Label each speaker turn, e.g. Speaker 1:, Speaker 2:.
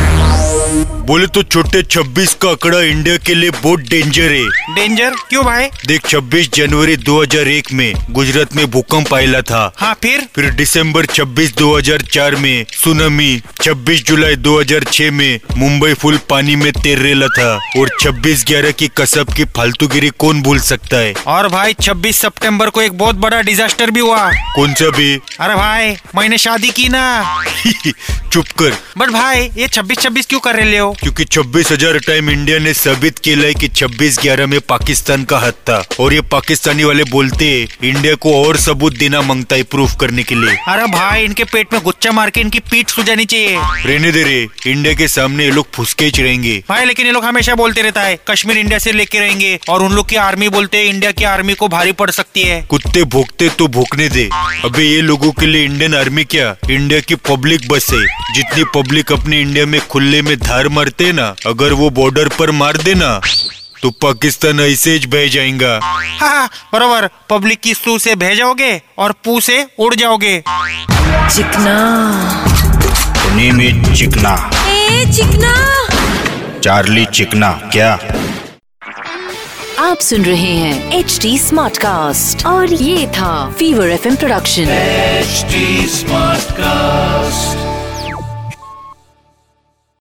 Speaker 1: बोले तो छोटे 26 का आंकड़ा इंडिया के लिए बहुत डेंजर है
Speaker 2: डेंजर क्यों भाई
Speaker 1: देख 26 जनवरी 2001 में गुजरात में भूकंप आया था
Speaker 2: हाँ फिर
Speaker 1: फिर दिसंबर 26 2004 में सुनामी 26 जुलाई 2006 में मुंबई फुल पानी में तैर रेला था और 26 ग्यारह की कसब की फालतूगिरी कौन भूल सकता है
Speaker 2: और भाई 26 सितंबर को एक बहुत बड़ा डिजास्टर भी हुआ
Speaker 1: कौन सा भी
Speaker 2: अरे भाई मैंने शादी की ना
Speaker 1: चुप कर
Speaker 2: बट भाई ये 26 26 क्यों कर रहे हो
Speaker 1: क्योंकि 26,000 टाइम इंडिया ने साबित किया है कि 26 ग्यारह में पाकिस्तान का हक था और ये पाकिस्तानी वाले बोलते हैं, इंडिया को और सबूत देना मांगता है प्रूफ करने के लिए
Speaker 2: अरे भाई इनके पेट में गुच्चा मार के इनकी पीठ सुजानी चाहिए
Speaker 1: रहने दे रे इंडिया के सामने ये लोग फुसके ही रहेंगे
Speaker 2: भाई लेकिन ये लोग हमेशा बोलते रहता है कश्मीर इंडिया से लेके रहेंगे और उन लोग की आर्मी बोलते हैं इंडिया की आर्मी को भारी पड़ सकती है
Speaker 1: कुत्ते भोंकते तो भोंकने दे अबे ये लोगों के लिए इंडियन आर्मी क्या इंडिया की पब्लिक बस है जितनी पब्लिक अपने इंडिया में खुले में धार मारते हैं ना अगर वो बॉर्डर पर मार देना तो पाकिस्तान ऐसे ही बह जाएगा
Speaker 2: हाँ हाँ, बरोबर पब्लिक की सू से बह जाओगे और पू से उड़ जाओगे
Speaker 3: चिकना
Speaker 1: में चिकना
Speaker 3: ए चिकना
Speaker 1: चार्ली चिकना क्या
Speaker 3: आप सुन रहे हैं एच डी स्मार्ट कास्ट और ये था fever F production
Speaker 4: HD Smartcast.